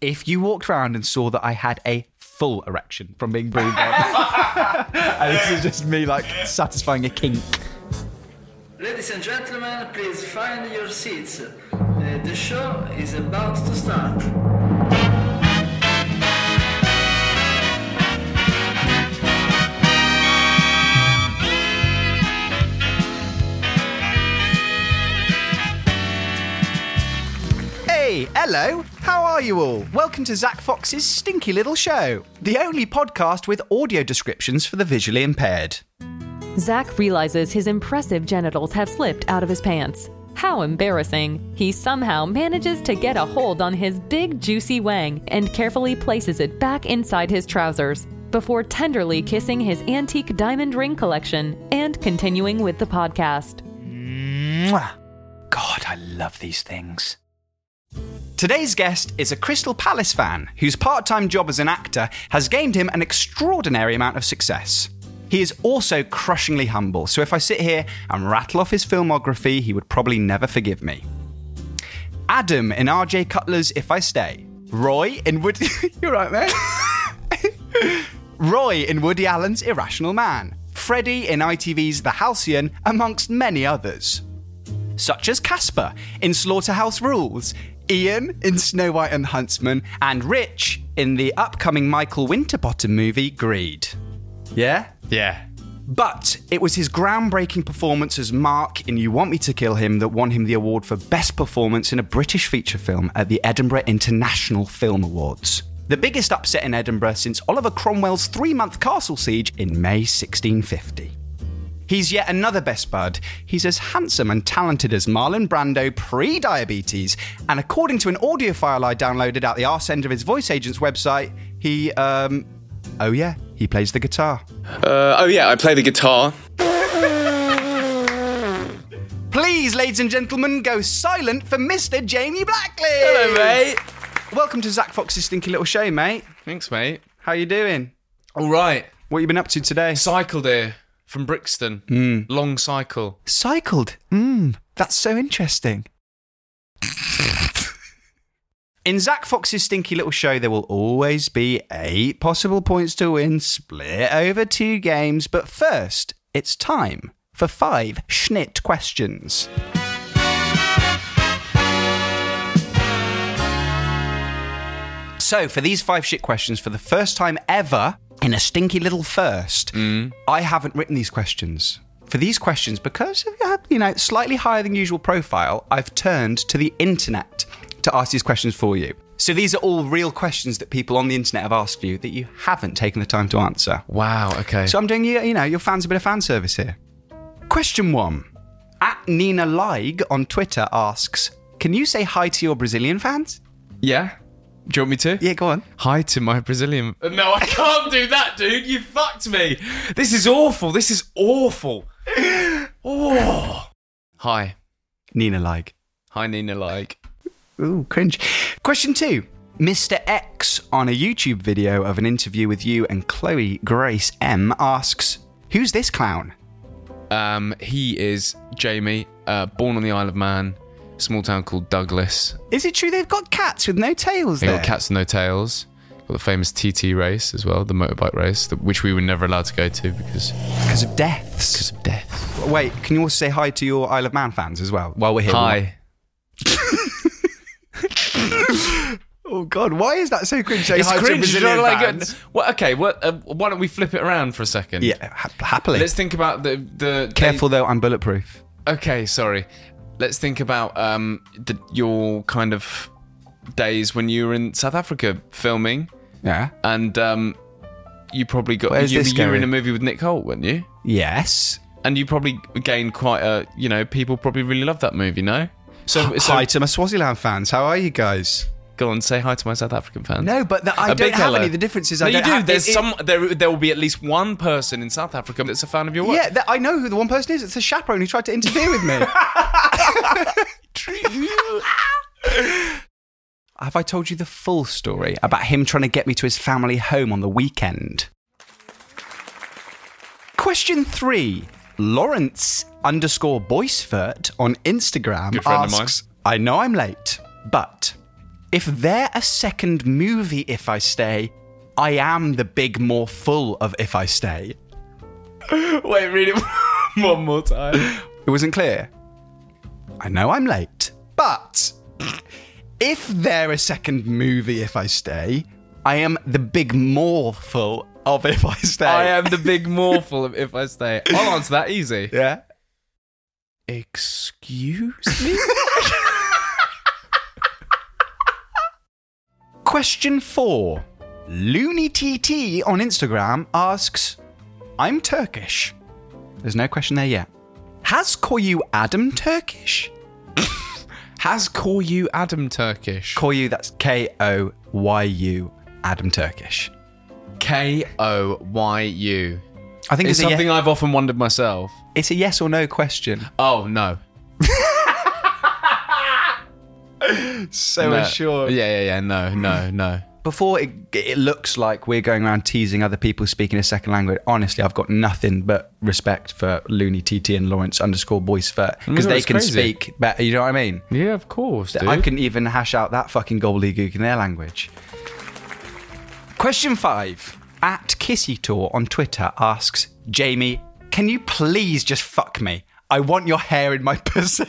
if you walked around and saw that I had a full erection from being breathed on, and this is just me like satisfying a kink. Ladies and gentlemen, please find your seats. Uh, the show is about to start. Hey, hello, how are you all? Welcome to Zach Fox's Stinky Little Show, the only podcast with audio descriptions for the visually impaired. Zach realizes his impressive genitals have slipped out of his pants. How embarrassing! He somehow manages to get a hold on his big, juicy wang and carefully places it back inside his trousers before tenderly kissing his antique diamond ring collection and continuing with the podcast. Mwah. God, I love these things. Today's guest is a Crystal Palace fan whose part time job as an actor has gained him an extraordinary amount of success. He is also crushingly humble, so if I sit here and rattle off his filmography, he would probably never forgive me. Adam in RJ Cutler's If I Stay. Roy in Woody. You're right, mate. Roy in Woody Allen's Irrational Man. Freddie in ITV's The Halcyon, amongst many others such as Casper in Slaughterhouse Rules, Ian in Snow White and the Huntsman, and Rich in the upcoming Michael Winterbottom movie Greed. Yeah? Yeah. But it was his groundbreaking performance as Mark in You Want Me to Kill Him that won him the award for Best Performance in a British Feature Film at the Edinburgh International Film Awards. The biggest upset in Edinburgh since Oliver Cromwell's three month castle siege in May 1650. He's yet another best bud. He's as handsome and talented as Marlon Brando pre diabetes, and according to an audio file I downloaded at the arse end of his voice agent's website, he, um, oh yeah, he plays the guitar. Uh, oh yeah, I play the guitar. Please, ladies and gentlemen, go silent for Mr. Jamie Blackley! Hello, mate. Welcome to Zach Fox's Stinky Little Show, mate. Thanks, mate. How you doing? All right. What you been up to today? Cycled here from Brixton. Long cycle. Cycled. Mmm, that's so interesting. In Zach Fox's stinky little show, there will always be eight possible points to win, split over two games. But first, it's time for five schnit questions. So, for these five shit questions, for the first time ever in a stinky little first, I haven't written these questions. For these questions, because of uh, you know slightly higher than usual profile, I've turned to the internet to ask these questions for you. So these are all real questions that people on the internet have asked you that you haven't taken the time to answer. Wow. Okay. So I'm doing you you know your fans a bit of fan service here. Question one: At Nina Leig on Twitter asks, "Can you say hi to your Brazilian fans?" yeah. Do you want me to? Yeah, go on. Hi to my Brazilian. Uh, No, I can't do that, dude. You fucked me. This is awful. This is awful. Oh. Hi. Nina Leig. Hi, Nina. Like. Ooh, cringe. Question two. Mr. X on a YouTube video of an interview with you and Chloe Grace M asks, Who's this clown? Um, he is Jamie, uh, born on the Isle of Man, small town called Douglas. Is it true they've got cats with no tails They there? got cats with no tails. Got the famous TT race as well, the motorbike race, that- which we were never allowed to go to because Because of deaths. because of death. Wait, can you also say hi to your Isle of Man fans as well while we're here? Hi. Oh, God, why is that so cringe? Saying It's hi to cringe. You Brazilian know, like, fans? uh, well, okay, well, uh, why don't we flip it around for a second? Yeah, ha- happily. Let's think about the the Careful, though, I'm bulletproof. they- okay, sorry. Let's think about um the, your kind of days when you were in South Africa filming, Yeah. and um you probably got Where's you, this you were going? in a movie with Nick Holt, weren't you? Yes. and you probably gained quite a you know people probably really love that movie no so, so hi to my Swaziland fans. How are you guys? go on say hi to my south african fans No, but the, I A don't big have hello. any. The difference is no, I don't you do have- there's it- it- some there there will be at least one person in south africa that's a fan of your work Yeah, that, I know who the one person is. It's the chaperone who tried to interfere with me. Have I told you the full story about him trying to get me to his family home on the weekend? Question three. Lawrence underscore Boycefurt on Instagram Good friend of asks, I know I'm late, but If they're a second movie, if I stay, I am the big, more full of if I stay. Wait, read it one more time. It wasn't clear. I know I'm late, but if they're a second movie, if I stay, I am the big, more full of if I stay. I am the big morphle if- if I stay. I'll answer that easy. Yeah. Excuse me? Question four. Looney TT on Instagram asks, I'm Turkish. There's no question there yet. Has Koyu Adam Turkish? Has call you Adam Turkish? Koyu, that's K O Y U, Adam Turkish. K O Y U. I think It's it's, a, something ye- I've often wondered myself. it's a yes or no question. Oh no. So No. Yeah, yeah, yeah. No, no, no. Before it, it looks like we're going around teasing other people speaking a second language, honestly, I've got nothing but respect for Looney TT and Lawrence underscore Boyce for because Mm, they it's can crazy. speak better. You know what I mean? Yeah, of course. I couldn't even hash out that fucking gobbledygook in their language. Question five. At Kissy Tour on Twitter asks, Jamie, can you please just fuck me? I want your hair in my pussy.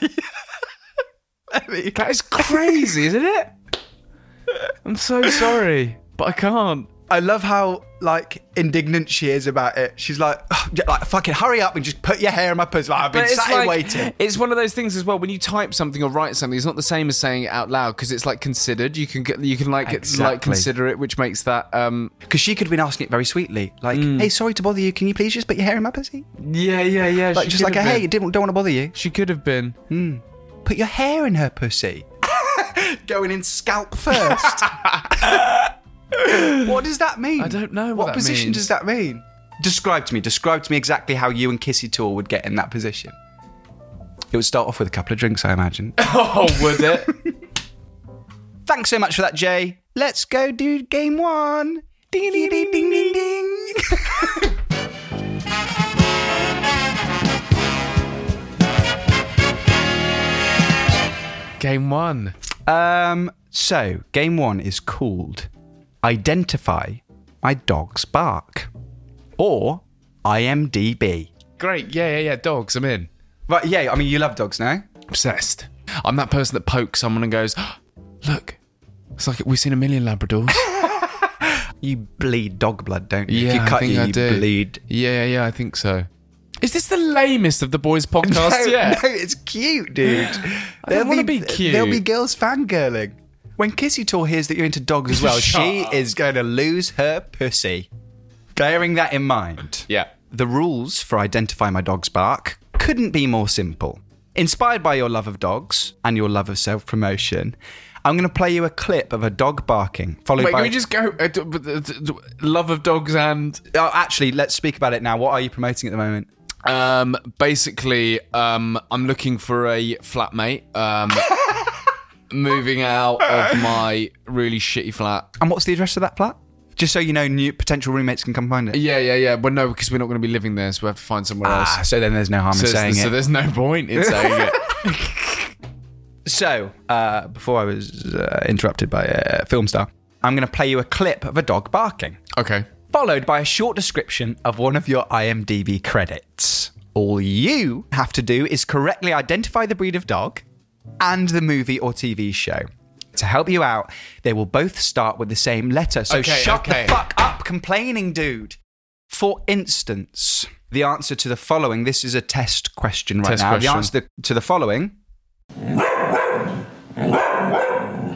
I mean, That is crazy, isn't it? I'm so sorry, but I can't. I love how like indignant she is about it. She's like, "Ugh, yeah, like fucking hurry up and just put your hair in my pussy. Like, I've been But sat it's here like- waiting. It's one of those things as well. When you type something or write something, it's not the same as saying it out loud because it's like considered. You can get, you can like Exactly. like consider it, which makes that um Because she could have been asking it very sweetly, like, Mm. hey, sorry to bother you. Can you please just put your hair in my pussy? yeah yeah yeah Like, just like, a, hey, didn't don't want to bother you. she could have been put your hair in her pussy. Going in scalp first. what does that mean? I don't know what What that position means. does that mean? Describe to me. Describe to me exactly how you and Kissy Tour would get in that position. It would start off with a couple of drinks, I imagine. oh would it Thanks so much for that, Jay. Let's go do game one. Ding ding ding ding ding ding. game one Um, so game one is called Identify My Dog's Bark or IMDB. great yeah yeah yeah dogs I'm in Right, yeah, I mean, you love dogs now. obsessed I'm that person that pokes someone and goes look it's like we've seen a million Labradors You bleed dog blood, don't you? yeah if you cut I think you, I you do bleed. yeah yeah yeah I think so is this the lamest of the boys podcasts yet no, it's cute, dude. I don't wanna be There'll be cute. girls fangirling. When Kissy Tor hears that you're into dogs as well, Shut she up. is going to lose her pussy. Bearing that in mind. yeah The rules for Identify My Dog's Bark couldn't be more simple. Inspired by your love of dogs and your love of self promotion, I'm going to play you a clip of a dog barking, followed wait by. can we just go uh, d- d- d- d- love of dogs and Oh, actually, let's speak about it now. What are you promoting at the moment? Um, basically, um, I'm looking for a flatmate. Um, moving out of my really shitty flat. And what's the address of that flat? Just so you know, new potential roommates can come find it. Yeah, yeah, yeah. Well, no, because we're not going to be living there, so we have to find somewhere Ah, else. so then there's no harm in So, saying there's- so it. there's no point in saying it. So, uh, before I was uh, interrupted by a film star, I'm going to play you a clip of a dog barking, Okay. followed by a short description of one of your IMDb credits. All you have to do is correctly identify the breed of dog and the movie or TV show. To help you out, they will both start with the same letter. So Okay, shut okay. the fuck up complaining, dude. For instance, the answer to the following this is a test question right Test now. question. The answer to the following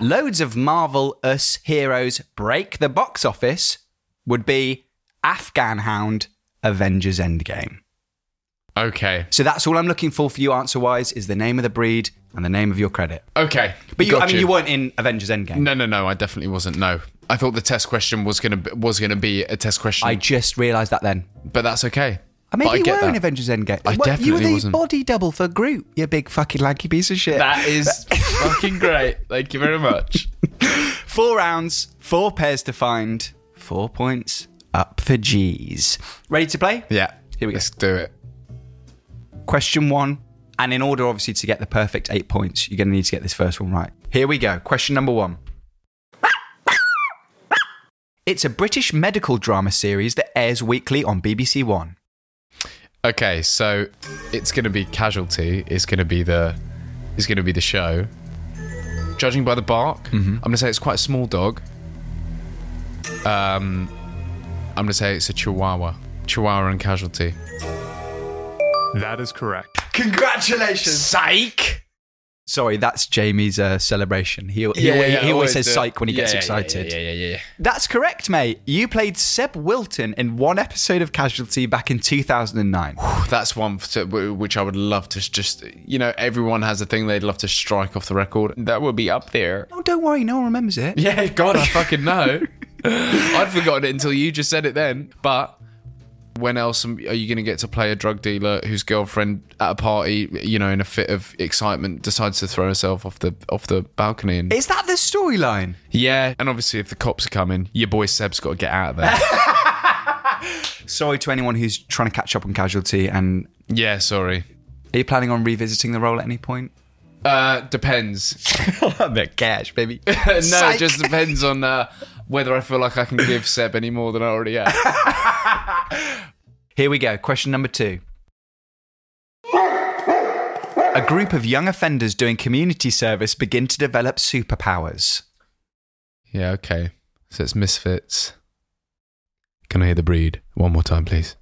loads of Marvel us heroes break the box office would be Afghan Hound Avengers Endgame. Okay. So that's all I'm looking for for you answer wise is the name of the breed and the name of your credit. Okay. But you, Got I mean, you. weren't in Avengers Endgame. No, no, no. I definitely wasn't. No. I thought the test question was gonna be, was gonna be a test question, I just realised that then. but that's okay. I maybe But I you get were in that. Avengers Endgame. What, I you were definitely the wasn't. body double for Groot, you big fucking lanky piece of shit. That is fucking great. Thank you very much. Four rounds, four pairs to find, four points up for G's. Ready to play? Yeah. Here we go. Let's do it. Question one. And in order, obviously, to get the perfect eight points, you're going to need to get this first one right. Here we go. Question number one It's a British medical drama series that airs weekly on BBC One. Okay, so it's going to be Casualty. It's going to be the it's going to be the show. Judging by the bark, Mm-hmm. I'm going to say it's quite a small dog. Um, I'm going to say it's a Chihuahua. Chihuahua and Casualty. That is correct. Congratulations! Psych. Sorry, that's Jamie's uh, celebration. He, he, Yeah, always, yeah, he always do says it. psych when he Yeah, gets yeah, excited. Yeah, yeah, yeah. yeah. That's correct, mate. You played Seb Wilton in one episode of Casualty back in 2009. That's one f- to- w- which I would love to s- just, you know, everyone has a thing they'd love to strike off the record. That would be up there. Oh, don't worry, no one remembers it. Yeah, God, I fucking know. I'd forgotten it until you just said it then. But when else am- are you going to get to play a drug dealer whose girlfriend at a party, you know, in a fit of excitement, decides to throw herself off the off the balcony? And, Is that the storyline? yeah, and obviously if the cops are coming, your boy Seb's got to get out of there. Sorry to anyone who's trying to catch up on Casualty. And yeah, sorry. are you planning on revisiting the role at any point? Uh, depends. the cash, baby. no, it just depends on uh, whether I feel like I can give Seb any more than I already have. Here we go. Question number two. A group of young offenders doing community service begin to develop superpowers. Yeah, okay. So it's Misfits. Can I hear the breed one more time, please?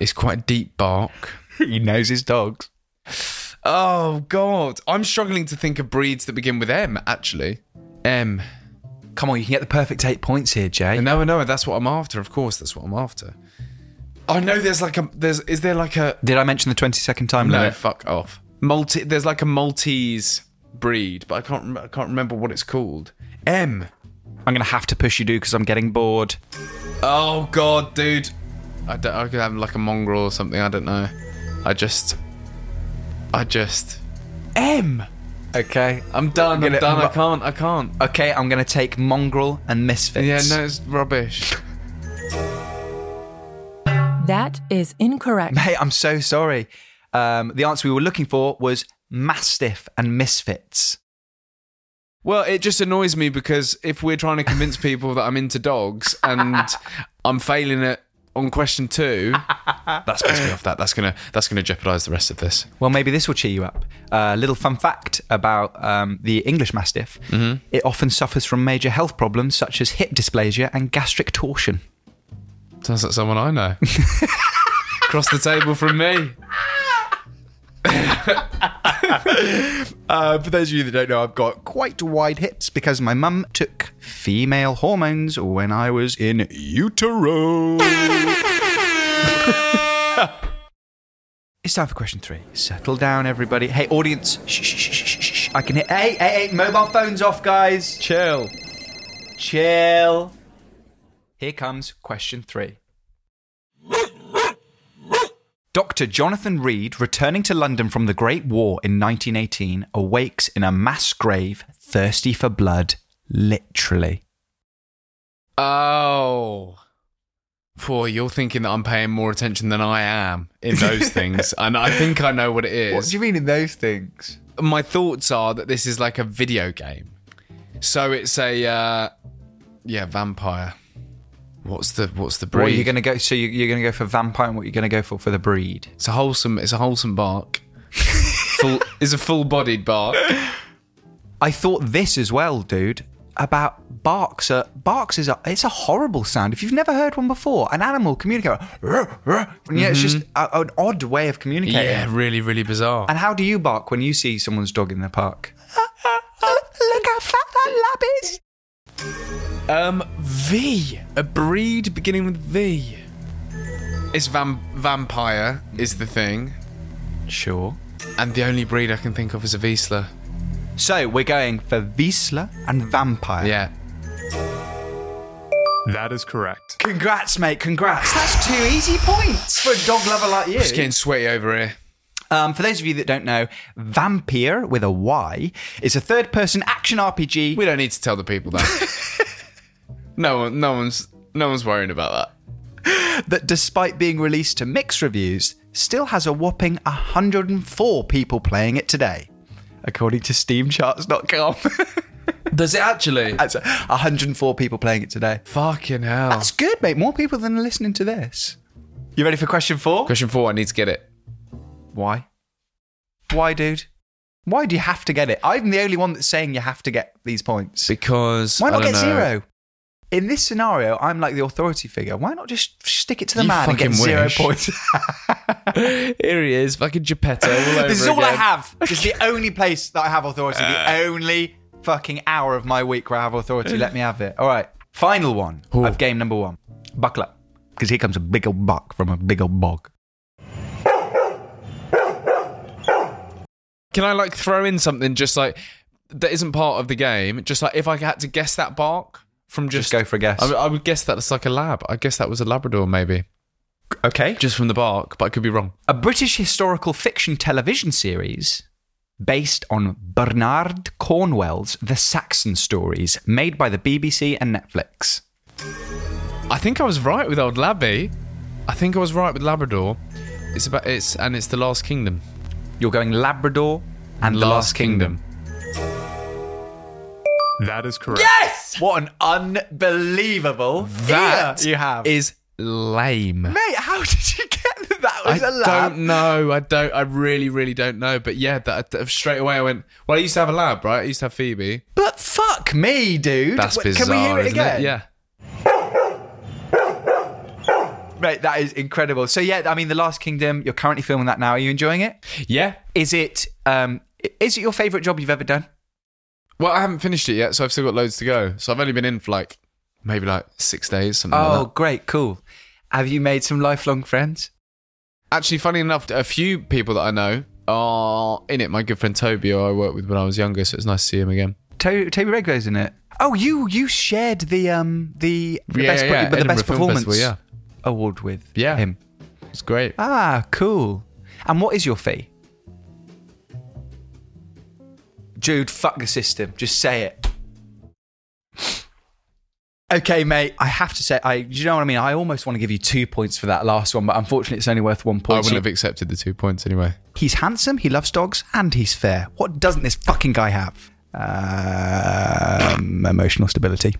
It's quite a deep bark. he knows his dogs. Oh, God. I'm struggling to think of breeds that begin with M, actually. M. Come on, you can get the perfect eight points here, Jay. No, no, that's what I'm after. Of course, that's what I'm after. I know there's like a. there's Is there like a. Did I mention the 20 second time No, limit? fuck off. Multi. There's like a Maltese breed, but I can't, rem- I can't remember what it's called. M. I'm going to have to push you, dude, because I'm getting bored. Oh god, dude. I, don't, I could have like a mongrel or something. I don't know. I just, I just. M. Okay. I'm done. I'm Get it, done. I but- can't. I can't. Okay, I'm going to take Mongrel and Misfits. Yeah, no, it's rubbish. That is incorrect. Hey, I'm so sorry. Um, the answer we were looking for was Mastiff and Misfits. Well, it just annoys me because if we're trying to convince people that I'm into dogs and I'm failing it on question two, that's pissed me off. That that's gonna that's gonna jeopardize the rest of this. Well, maybe this will cheer you up. A little fun fact about um, the English Mastiff it often suffers from major health problems such as hip dysplasia and gastric torsion. Sounds like someone I know. Across the table from me. Uh, for those of you that don't know, I've got quite wide hips because my mum took female hormones when I was in utero. it's time for question three. Settle down, everybody. Hey, audience. Shh, shh, shh, shh, shh, shh. I can hear. Hey, hey, hey, mobile phones off, guys. Chill. Chill. Here comes question three. Dr. Jonathan Reed, returning to London from the Great War in 1918, awakes in a mass grave, thirsty for blood, literally. Oh. Boy, you're thinking that I'm paying more attention than I am in those things. And I think I know what it is. you mean in those things? My thoughts are that this is like a video game. So it's a uh, yeah, vampire. What's the what's the breed? What are you going to go? So you- you're going to go for vampire, and what you're going to go for for the breed? it's a wholesome it's a wholesome bark. full is a full bodied bark. I thought this as well, dude. About barks, uh, barks is a it's a horrible sound. If you've never heard one before, an animal communicating. Yeah, it's just a, an odd way of communicating. Yeah, really, really bizarre. And how do you bark when you see someone's dog in the park? Look how fat that lab is. Um, V. A breed beginning with V. It's vam- vampire is the thing, Sure. and the only breed I can think of is a Wiesler. So we're going for Wiesler and Vampire. Yeah. That is correct. Congrats, mate. Congrats. That's two easy points for a dog lover like Just getting you. sweaty over here. Um, for those of you that don't know, Vampire with a Y is a third person action RPG. We don't need to tell the people that. no one, no one's, no one's worrying about that, despite being released to mixed reviews, still has a whopping 104 people playing it today, according to SteamCharts.com. Does it actually? That's 104 people playing it today. Fucking hell. That's good, mate. More people than are listening to this. Oh. You ready for question four? Question four. I need to get it. Why? Why, dude? Why do you have to get it? I'm the only one that's saying you have to get these points. Because Why I not don't get know. zero? In this scenario, I'm like the authority figure. Why not just stick it to the You man and get fucking zero wish. points? Here he is, fucking Geppetto. All over this is all I again. Uh. have. This is the only place that I have authority. The only fucking hour of my week where I have authority. Let me have it. All right. Final one of game number one. Buckle up. Because here comes a big old buck from a big old bog. Can I like throw in something just like that isn't part of the game? Just like if I had to guess that bark from just, Just go for a guess. I, I would guess that it's like a lab. I guess that was a Labrador, maybe Okay. just from the bark, but I could be wrong. A British historical fiction television series based on Bernard Cornwell's The Saxon Stories, made by the BBC and Netflix. I think I was right with old Labby. I think I was right with Labrador. It's about it's and it's the Last Kingdom. You're going Labrador and The Last Kingdom. That is correct. What an unbelievable That ear you have. is lame. Mate, how did you get that? That I was a lab. don't know. I don't. I really, really don't know. But yeah, that, that- straight away I went. Well, I used to have a lab, right? I used to have Phoebe. But fuck me, dude. That's Wait, bizarre. Can we hear it isn't again? Yeah. Mate, that is incredible. So yeah, I mean, The Last Kingdom. You're currently filming that now. Are you enjoying it? Yeah. Is it? Um, i- is it your favorite job you've ever done? Well, I haven't finished it yet, so I've still got loads to go. So I've only been in for like maybe like six days, something Oh, like that. great, cool. Have you made some lifelong friends? Actually, funny enough, a few people that I know are in it. My good friend Toby, who I worked with when I was younger, so it's nice to see him again. To- Toby Redgrave's in it. Oh, you you shared the um the, the Yeah, best yeah, yeah. but the best Edinburgh Film performance Festival, yeah. award with Yeah. him. It's great. Ah, cool. And what is your fee? Jude, fuck the system. Just say it. Okay, mate. I have to say, I do you know what I mean? I almost want to give you two points for that last one, but unfortunately, it's only worth one I point. wouldn't have accepted the two points anyway. He's handsome, he loves dogs, and he's fair. What doesn't this fucking guy have? Um, emotional stability.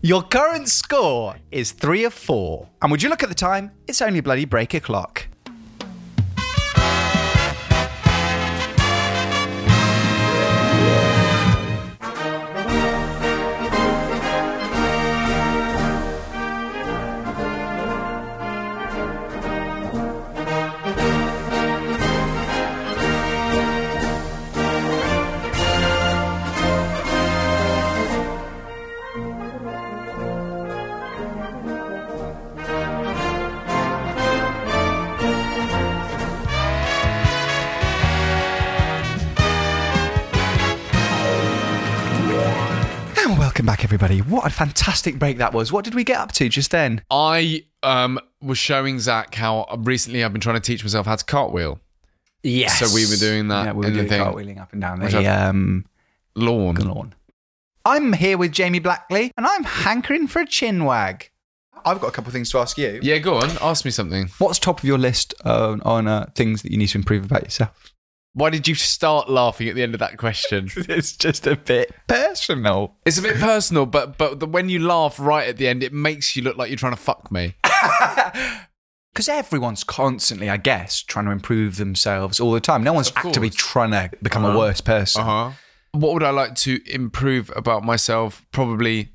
Your current score is three of four. And would you look at the time? It's only bloody break a clock. And welcome back, everybody. What a fantastic break that was. What did we get up to just then? I um, was showing Zach how recently I've been trying to teach myself how to cartwheel Yes. So we were doing that Yeah, we were in the doing thing. cartwheeling up and down Which the um, lawn. lawn. I'm here with Jamie Blackley, and I'm hankering for a chin wag. I've got a couple of things to ask you. Yeah, go on. Ask me something. What's top of your list on, on uh, things that you need to improve about yourself? Why did you start laughing at the end of that question? It's just a bit personal. It's a bit personal, but but the, when you laugh right at the end, it makes you look like you're trying to fuck me. Because everyone's constantly, I guess, trying to improve themselves all the time. No one's Of actively course. trying to become a worse person. huh. What would I like to improve about myself? Probably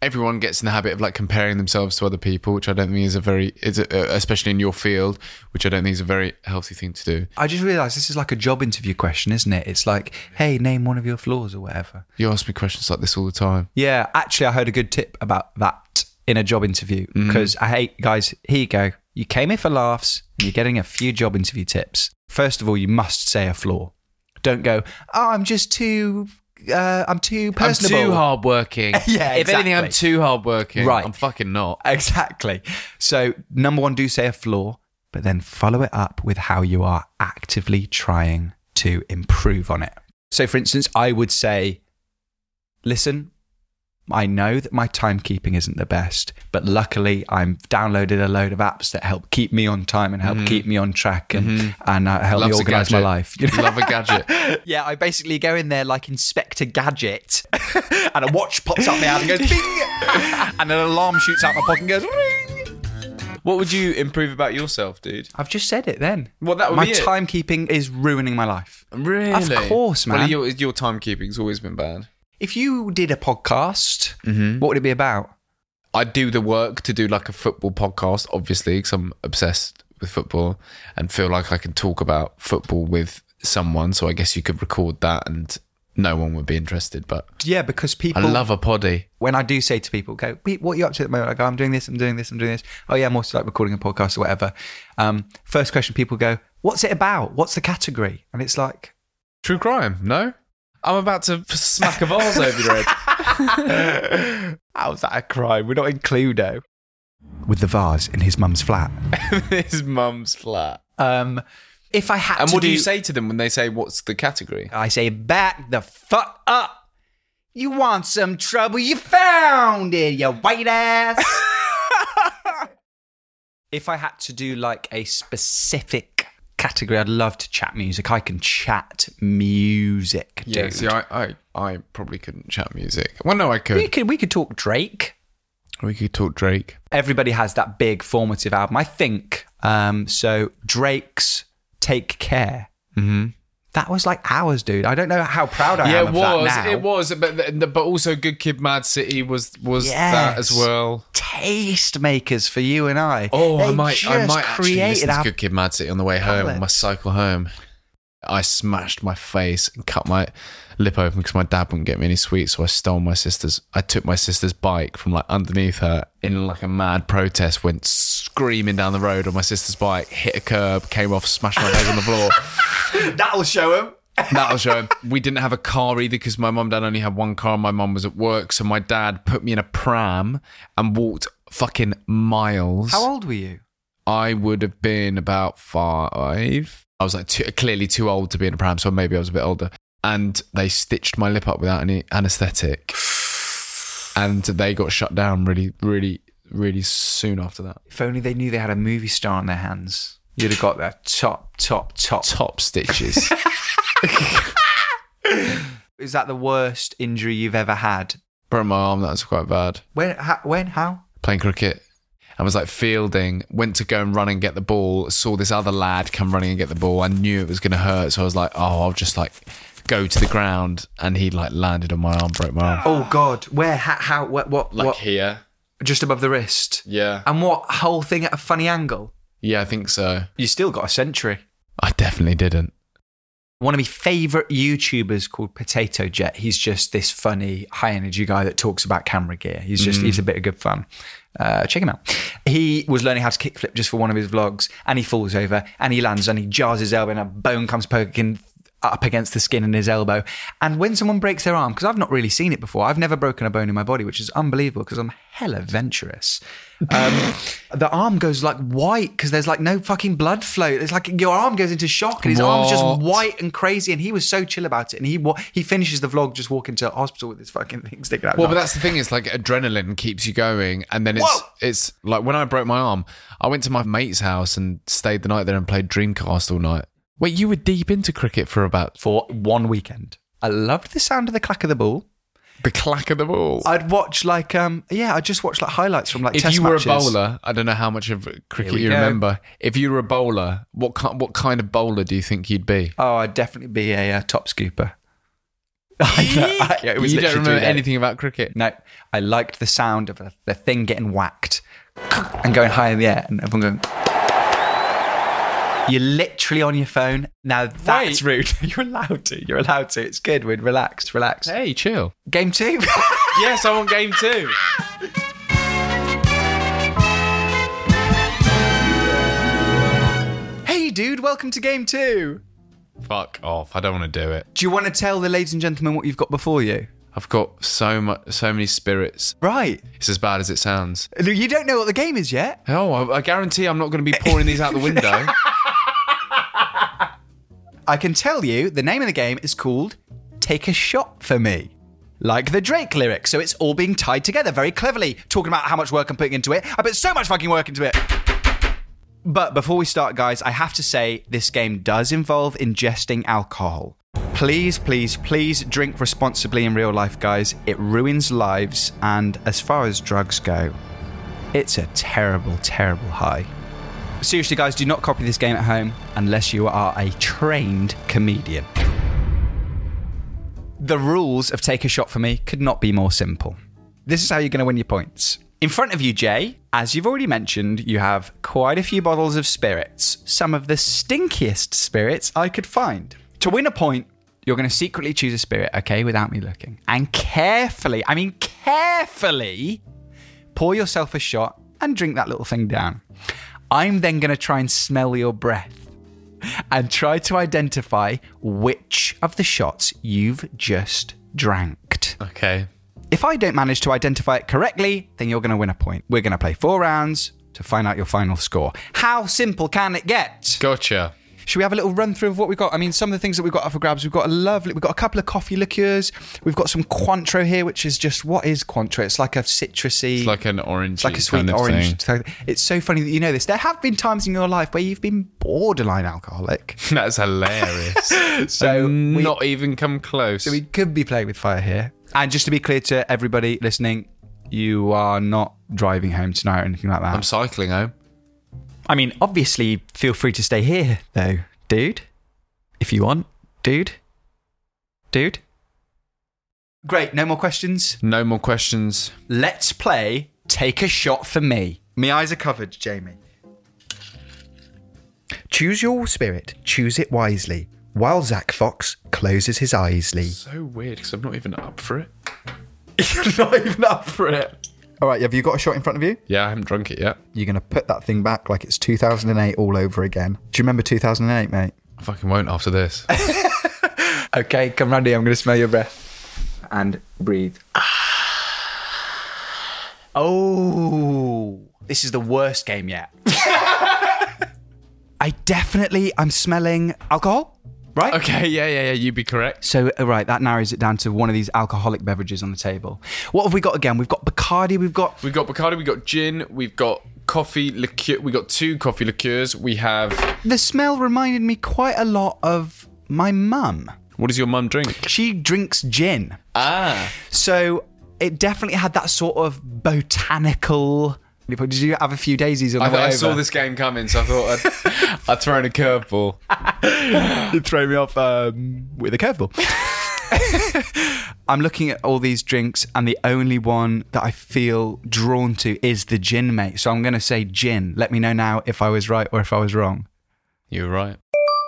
everyone gets in the habit of like comparing themselves to other people, which I don't think is a very, is a, uh, especially in your field, which I don't think is a very healthy thing to do. I just realised this is like a job interview question, isn't it? It's like, hey, name one of your flaws or whatever. You ask me questions like this all the time. Yeah, actually, I heard a good tip about that in a job interview because I hate guys. Here you go. You came here for laughs. And you're getting a few job interview tips. First of all, you must say a flaw. Don't go. Oh, I'm just too. Uh, I'm too personable. I'm too hardworking. Yeah, If anything, I'm exactly. too hardworking. Right. I'm fucking not. Exactly. So, number one, do say a flaw, but then follow it up with how you are actively trying to improve on it. So, for instance, I would say, listen, I know that my timekeeping isn't the best, but luckily I've downloaded a load of apps that help keep me on time and help keep me on track and, and uh, help Mm-hmm. Loves me a organize my gadget. life. you know? Love a gadget. Yeah, I basically go in there like Inspector Gadget, and a watch pops up my hand and goes bing, and an alarm shoots out my pocket and goes ring. What would you improve about yourself, dude? I've just said it then. Well, that would my be it. timekeeping is ruining my life. Really? Of course, man. Well, your, your timekeeping's always been bad. If you did a podcast, Mm-hmm. what would it be about? I do the work to do like a football podcast, obviously, because I'm obsessed with football and feel like I can talk about football with someone. So I guess you could record that and no one would be interested. But Yeah, because I people love a poddy. when I do say to people, "Go, Pete, what are you up to at the moment?" I go, "I'm doing this, I'm doing this, I'm doing this." Oh yeah, I'm also like recording a podcast or whatever. Um, first question people go, "What's it about? What's the category?" And it's like, True crime, no? I'm about to smack a vase over your head. "How's that a crime? We're not in Cluedo." With the vase in his mum's flat. His mum's flat. Um, if I had And to what do you say to them when they say, What's the category? I say, "Back the fuck up." You want some trouble? You found it, you white ass. if I had to do like a specific category, I'd love to chat music. I can chat music, dude. Yeah, see, I, I, I probably couldn't chat music. Well, no, I we could. could we could talk Drake. We could talk Drake. Everybody has that big formative album, I think. Um, so Drake's "Take Care." Mm-hmm. That was like hours, dude. I don't know how proud I yeah, am it of was. that now. It was, but th- th- but also Good Kid, Mad City was was that as Yes. well. taste makers for you and I. Oh, I They might, I just might actually listen to our- Good Kid, Mad City on the way home palate. on my cycle home. I smashed my face and cut my lip open because my dad wouldn't get me any sweets, so I stole my sister's. I took my sister's bike from like underneath her in like a mad protest. Went screaming down the road on my sister's bike, hit a curb, came off, smashed my face on the floor. That'll show him. That'll show him. We didn't have a car either because my mum and dad only had one car and my mum was at work. So my dad put me in a pram and walked fucking miles. How old were you? I would have been about five. I was like too, clearly too old to be in a pram, so maybe I was a bit older. And they stitched my lip up without any anaesthetic. And they got shut down really, really, really soon after that. If only they knew they had a movie star on their hands. You'd have got their top, top, top. Top stitches. Is that the worst injury you've ever had? Broke my arm, that was quite bad. When? How, when? How? playing cricket. I was like fielding, went to go and run and get the ball, saw this other lad come running and get the ball. I knew it was going to hurt. So I was like, oh, I'll just like go to the ground. And he like landed on my arm, broke my arm. Oh God! Where? How? how what? What? Like what here. just above the wrist. Yeah. And what? Whole thing at a funny angle. Yeah, I think so. You still got a century. I definitely didn't. One of my favorite YouTubers called Potato Jet. He's just this funny, high energy guy that talks about camera gear. He's just, he's a bit of good fun. Uh, check him out. He was learning how to kickflip just for one of his vlogs and he falls over and he lands and he jars his elbow and a bone comes poking up against the skin in his elbow. And when someone breaks their arm, because I've not really seen it before, I've never broken a bone in my body, which is unbelievable because I'm hella adventurous. Um, the arm goes like white because there's like no fucking blood flow. It's like your arm goes into shock and his arm's just What? white white and crazy, and he was so chill about it. And he wa- he finishes the vlog just walking to hospital with his fucking thing sticking out. Well, but that's the thing. It's like adrenaline keeps you going, and then it's Whoa! it's like when I broke my arm, I went to my mate's house and stayed the night there and played Dreamcast all night. Wait, you were deep into cricket for about for one weekend. I loved the sound of the clack of the ball. the clack of the ball. I'd watch like um yeah, I'd just watch like highlights from like if test you were matches. a bowler, I don't know how much of cricket we you go. remember. If you were a bowler, what kind what kind of bowler do you think you'd be? Oh, I'd definitely be a uh, top scooper. I, yeah, it was you don't literally remember doing it. anything about cricket. No, I liked the sound of the- the thing getting whacked and going high in the air, and everyone going. You're literally on your phone now. That's rude. You're allowed to. You're allowed to. It's good. We're relaxed. Relaxed. Hey, chill. Game two. Yes, I want game two. hey, dude. Welcome to game two. Fuck off! I don't want to do it. Do you want to tell the ladies and gentlemen what you've got before you? I've got so much, so many spirits. Right. It's as bad as it sounds. You don't know what the game is yet. Oh, I, I guarantee I'm not going to be pouring these out the window. I can tell you the name of the game is called Take a Shot for Me. Like the Drake lyric. So it's all being tied together very cleverly, talking about how much work I'm putting into it. I put so much fucking work into it. But before we start, guys, I have to say this game does involve ingesting alcohol. Please, please, please drink responsibly in real life, guys. It ruins lives, and as far as drugs go, it's a terrible, terrible high. Seriously, guys, do not copy this game at home unless you are a trained comedian. The rules of Take a Shot for Me could not be more simple. This is how you're going to win your points. In front of you, Jay, as you've already mentioned, you have quite a few bottles of spirits, some of the stinkiest spirits I could find. To win a point, you're going to secretly choose a spirit, okay, without me looking. And carefully, I mean carefully, pour yourself a shot and drink that little thing down. I'm then going to try and smell your breath and try to identify which of the shots you've just drank. Okay. If I don't manage to identify it correctly, then you're going to win a point. We're going to play four rounds to find out your final score. How simple can it get? Gotcha. Should we have a little run through of what we've got? I mean, some of the things that we've got up for grabs. We've got a lovely, we've got a couple of coffee liqueurs. We've got some Cointreau here, which is just what is Cointreau? It's like a citrusy, It's like an orange. it's like a sweet orange. It's so funny that you know this. There have been times in your life where you've been borderline alcoholic. That's hilarious. So so we- not even come close. We could be playing with fire here. And just to be clear to everybody listening, you are not driving home tonight or anything like that. I'm cycling home. I mean, obviously, feel free to stay here, though, dude. If you want, dude. Dude. Great, no more questions. No more questions. Let's play Take a Shot for Me. My eyes are covered, Jamie. Choose your spirit, choose it wisely, while Zack Fox closes his eyesly. So weird because I'm not even up for it. You're not even up for it. All right, have you got a shot in front of you? Yeah, I haven't drunk it yet. You're going to put that thing back like it's 2008 all over again. Do you remember 2008, mate? I fucking won't after this. Okay, come round here. I'm going to smell your breath. And breathe. Oh, this is the worst game yet. I definitely, I'm smelling alcohol, right? okay, yeah, yeah, yeah. You'd be correct. So, uh, right, that narrows it down to one of these alcoholic beverages on the table. What have we got again? We've got Bacardi, we've got We've got Bacardi. We've got gin. We've got coffee liqueur. We got two coffee liqueurs. We have. The smell reminded me quite a lot of my mum. What does your mum drink? She drinks gin. Ah, So it definitely had that sort of botanical. Did you have a few daisies on the I, way I over? saw this game coming, so I thought I'd, I'd throw in a curveball. It throw me off um, with a curveball. I'm looking at all these drinks, and the only one that I feel drawn to is the gin, mate. So I'm going to say gin. Let me know now if I was right or if I was wrong. You're right.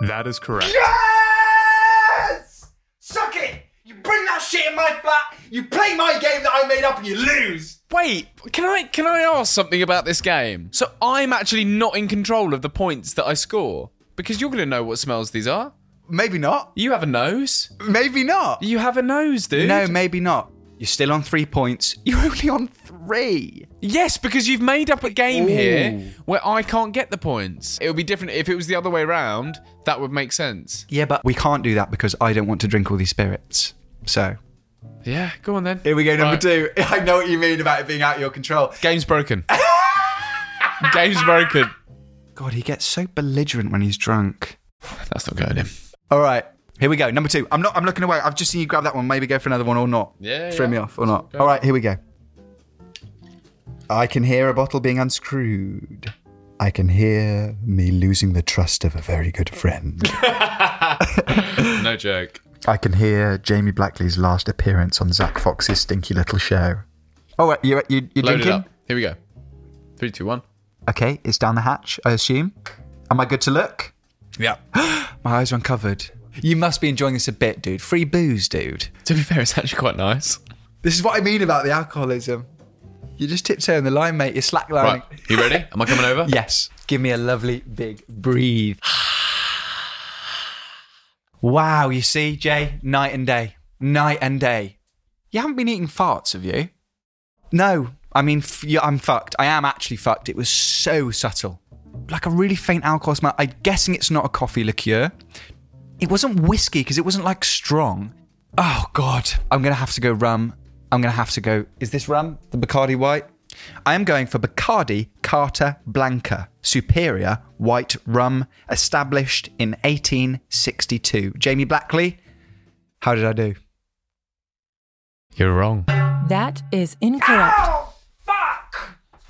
That is correct. Yes! Suck it! You bring that shit in my flat, you play my game that I made up, and you lose! Wait, can I can I ask something about this game? So I'm actually not in control of the points that I score because you're gonna know what smells these are. Maybe not. You have a nose. Maybe not. You have a nose, dude. No, maybe not. You're still on three points. You're only on three. Yes, because you've made up a game Ooh. here where I can't get the points. It would be different if it was the other way around. That would make sense. Yeah, but we can't do that because I don't want to drink all these spirits. So. Yeah, go on then. Here we go, number Right. two. I know what you mean about it being out of your control. Game's broken. Game's broken. God, he gets so belligerent when he's drunk. That's not eh? going in. All right. Here we go. Number two. I'm not. I'm looking away. I've just seen you grab that one. Maybe go for another one or not. Yeah, Throw yeah. me off or not. All right. Here we go. I can hear a bottle being unscrewed. I can hear me losing the trust of a very good friend. No joke. I can hear Jamie Blackley's last appearance on Zach Fox's stinky little show. All right. Oh, You you you Load it drinking? up. Here we go. Three, two, one. Okay. It's down the hatch. I assume. Am I good to look? Yeah. My eyes are uncovered. You must be enjoying this a bit, dude. Free booze, dude. to be fair, it's actually quite nice. This is what I mean about the alcoholism. You just tiptoeing the line, mate. You're slacklining. Right, you ready? Am I coming over? Yes. Give me a lovely big breathe. wow, you see, Jay, night and day. Night and day. You haven't been eating farts, have you? No. I mean, f- yeah, I'm fucked. I am actually fucked. It was so subtle. Like a really faint alcohol smell. I'm guessing it's not a coffee liqueur. It wasn't whiskey because it wasn't like strong. Oh God, I'm gonna have to go rum. I'm gonna have to go. Is this rum? The Bacardi White. I am going for Bacardi Carta Blanca Superior White Rum, established in 1862. Jamie Blackley, how did I do? You're wrong. That is incorrect.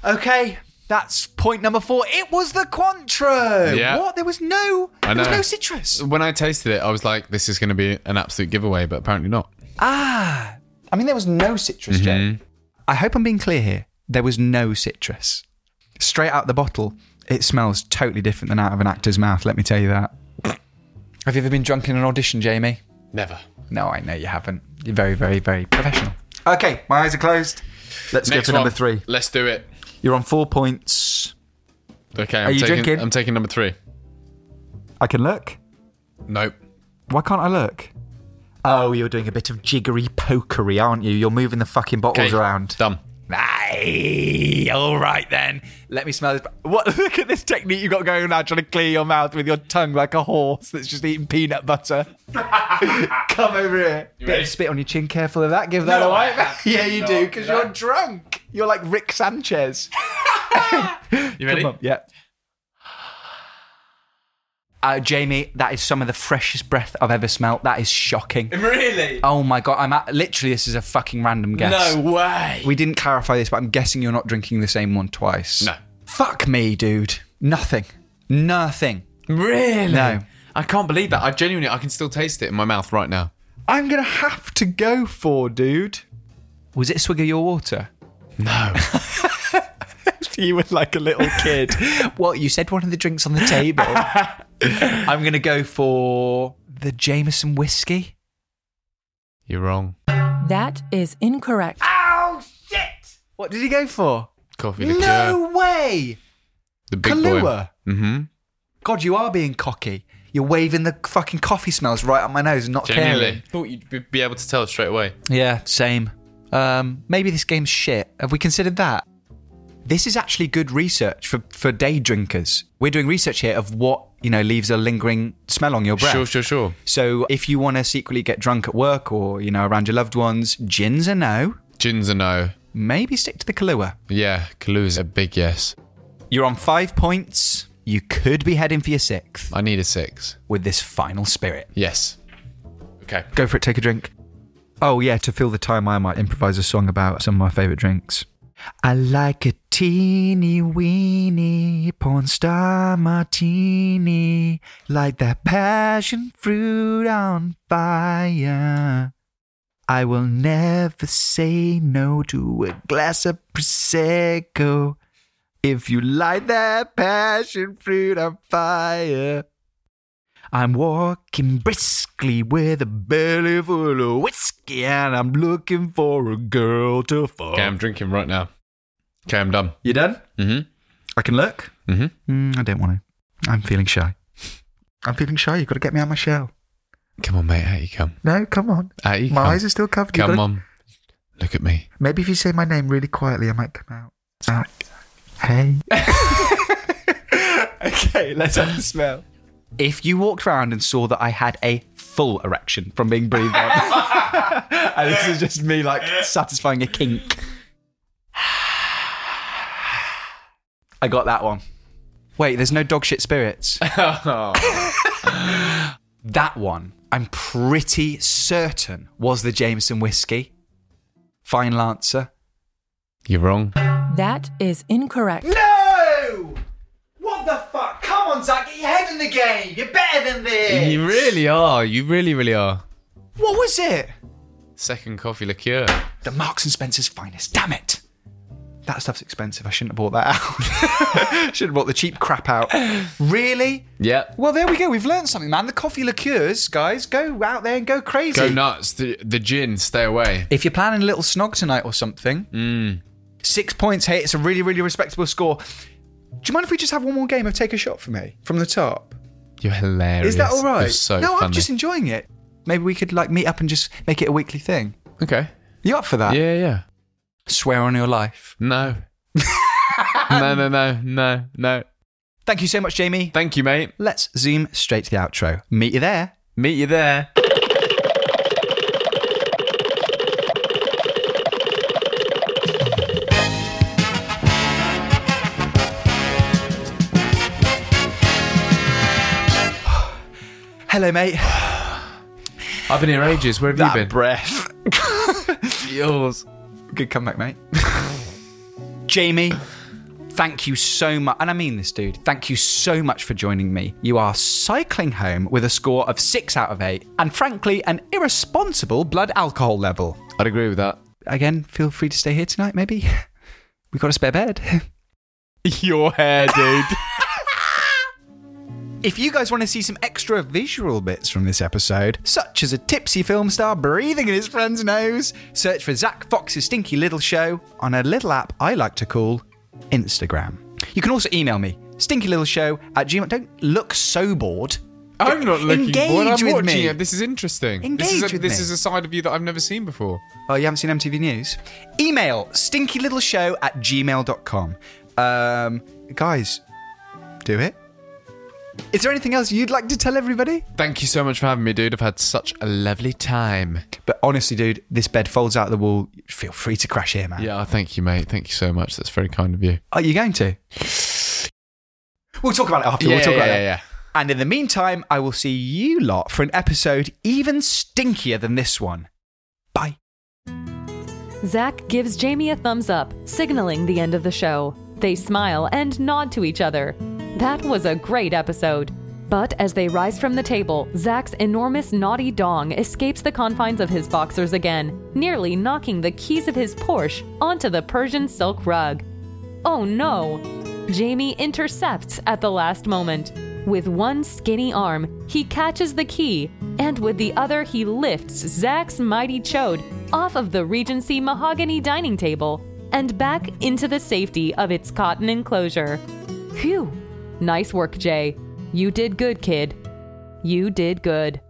Okay, that's point number four. It was the Cointreau. Yeah. What? There was no. I There was know. no citrus. When I tasted it, I was like, this is going to be an absolute giveaway, but apparently not. Ah, I mean, there was no citrus, Jay. I hope I'm being clear here. There was no citrus. Straight out the bottle, it smells totally different than out of an actor's mouth, let me tell you that. Have you ever been drunk in an audition, Jamie? Never. No, I know you haven't. You're very, very, very professional. Okay, my eyes are closed. Let's go for number three. Let's do it. You're on four points. Okay, I'm you taking, drinking? I'm taking number three. I can look. Nope. Why can't I look? Oh, you're doing a bit of jiggery pokery, aren't you? You're moving the fucking bottles around. Done. Aye, all right then. Let me smell this. What? Look at this technique you got going now, trying to clear your mouth with your tongue like a horse that's just eating peanut butter. Come over here. Bit of spit on your chin. Careful of that. Give that a wipe. yeah, you do because you're drunk. You're like Rick Sanchez. You ready? Come on, yeah. Uh, Jamie, that is some of the freshest breath I've ever smelt. That is shocking. Really? Oh my god! I'm at, literally this is a fucking random guess. way. We didn't clarify this, but I'm guessing you're not drinking the same one twice. No. Fuck me, dude. Nothing. Nothing. Really? No. I can't believe that. I genuinely, I can still taste it in my mouth right now. I'm gonna have to go for, dude. Was it a swig of your water? No. You were like a little kid. what? You said one of the drinks on the table. I'm gonna go for the Jameson whiskey. You're wrong. That is incorrect. What did he go for? Coffee liqueur. No way! The big Kahlua. boy. Mm-hmm. God, you are being cocky. You're waving the fucking coffee smells right up my nose and not caring. Genuinely. Thought you'd be- be able to tell straight away. Yeah, same. Um, maybe this game's shit. Have we considered that? This is actually good research for, for day drinkers. We're doing research here of what, you know, leaves a lingering smell on your breath. Sure, sure, sure. So if you want to secretly get drunk at work or, you know, around your loved ones, gin's a no. Gin's a no. Maybe stick to the Kahlua. Yeah, Kahlua's a big yes. You're on five points. You could be heading for your sixth I need a six. with this final spirit. Yes. Okay. Go for it, take a drink. Oh, yeah, to fill the time, I might improvise a song about some of my favourite drinks. I like a teeny weeny porn star martini, like that passion fruit on fire. I will never say no to a glass of Prosecco if you light that passion fruit on fire. I'm walking briskly with a belly full of whiskey, and I'm looking for a girl to fuck. Okay, I'm drinking right now. Okay, I'm done. You done? Mm-hmm. I can look. Mm-hmm. Mm, I don't want to. I'm feeling shy. I'm feeling shy. You've got to get me out of my shell. Come on, mate. Out you come. No, come on. Out you my come. eyes are still covered. You've Come gotta- on. Look at me. Maybe if you say my name really quietly, I might come out. Out. Hey. okay, let's have the smell. If you walked around and saw that I had a full erection from being breathed on, and this is just me like satisfying a kink. I got that one. Wait, there's no dog shit spirits. Oh. that one, I'm pretty certain, was the Jameson whiskey. Fine Lancer. You're wrong. That is incorrect. No! What the fuck? Come on, Zach, get your head in the game. You're better than this. You really are. You really, really are. What was it? Second coffee liqueur. The Marks and Spencer's finest. Damn it. That stuff's expensive. I shouldn't have bought that out. Should have bought the cheap crap out. Really? Yeah. Well, there we go. We've learned something, man. The coffee liqueurs, guys, go out there and go crazy. Go nuts. The, the gin, stay away. Mmm. If you're planning a little snog tonight or something, Mm. six points. Hey, it's a really, really respectable score. Do you mind if we just have one more game of take a shot for me from the top? You're hilarious. Is that all right? You're so no, funny. I'm just enjoying it. Maybe we could like meet up and just make it a weekly thing. Okay. You up for that? Yeah, yeah. Swear on your life. Ah. No. no, no, no, no, no. Thank you so much, Jamie. Thank you, mate. Let's zoom straight to the outro. Meet you there. Meet you there. Hello, mate. I've been here ages. Where have you been? That breath. Yours. Good comeback, mate. Jamie, thank you so much. And I mean this, dude. Thank you so much for joining me. You are cycling home with a score of six out of eight, and frankly, an irresponsible blood alcohol level. I'd agree with that. Again, feel free to stay here tonight, maybe. We've got a spare bed. Your hair, dude. If you guys want to see some extra visual bits from this episode, such as a tipsy film star breathing in his friend's nose, search for Zach Fox's Stinky Little Show on a little app I like to call Instagram. You can also email me, stinkylittleshow at gmail. Don't look so bored. I'm not looking Engage bored. I'm with watching me. it. This is interesting. this is Engage a, with this me. is a side of you that I've never seen before. Oh, you haven't seen MTV News? Email stinkylittleshow at gmail.com. Um, guys, do it. Is there anything else you'd like to tell everybody? Thank you so much for having me, dude. I've had such a lovely time. But honestly, dude, this bed folds out of the wall. Feel free to crash here, man. Yeah, thank you, mate. Thank you so much. That's very kind of you. Are you going to? We'll talk about it after. we'll talk about it. yeah. And in the meantime, I will see you lot for an episode even stinkier than this one. Bye. Zach gives Jamie a thumbs up, signaling the end of the show. They smile and nod to each other. That was a great episode. But as they rise from the table, Zach's enormous naughty dong escapes the confines of his boxers again, nearly knocking the keys of his Porsche onto the Persian silk rug. Oh no! Jamie intercepts at the last moment. With one skinny arm, he catches the key, and with the other, he lifts Zack's mighty chode off of the Regency mahogany dining table and back into the safety of its cotton enclosure. Phew! Nice work, Jay. You did good, kid. You did good.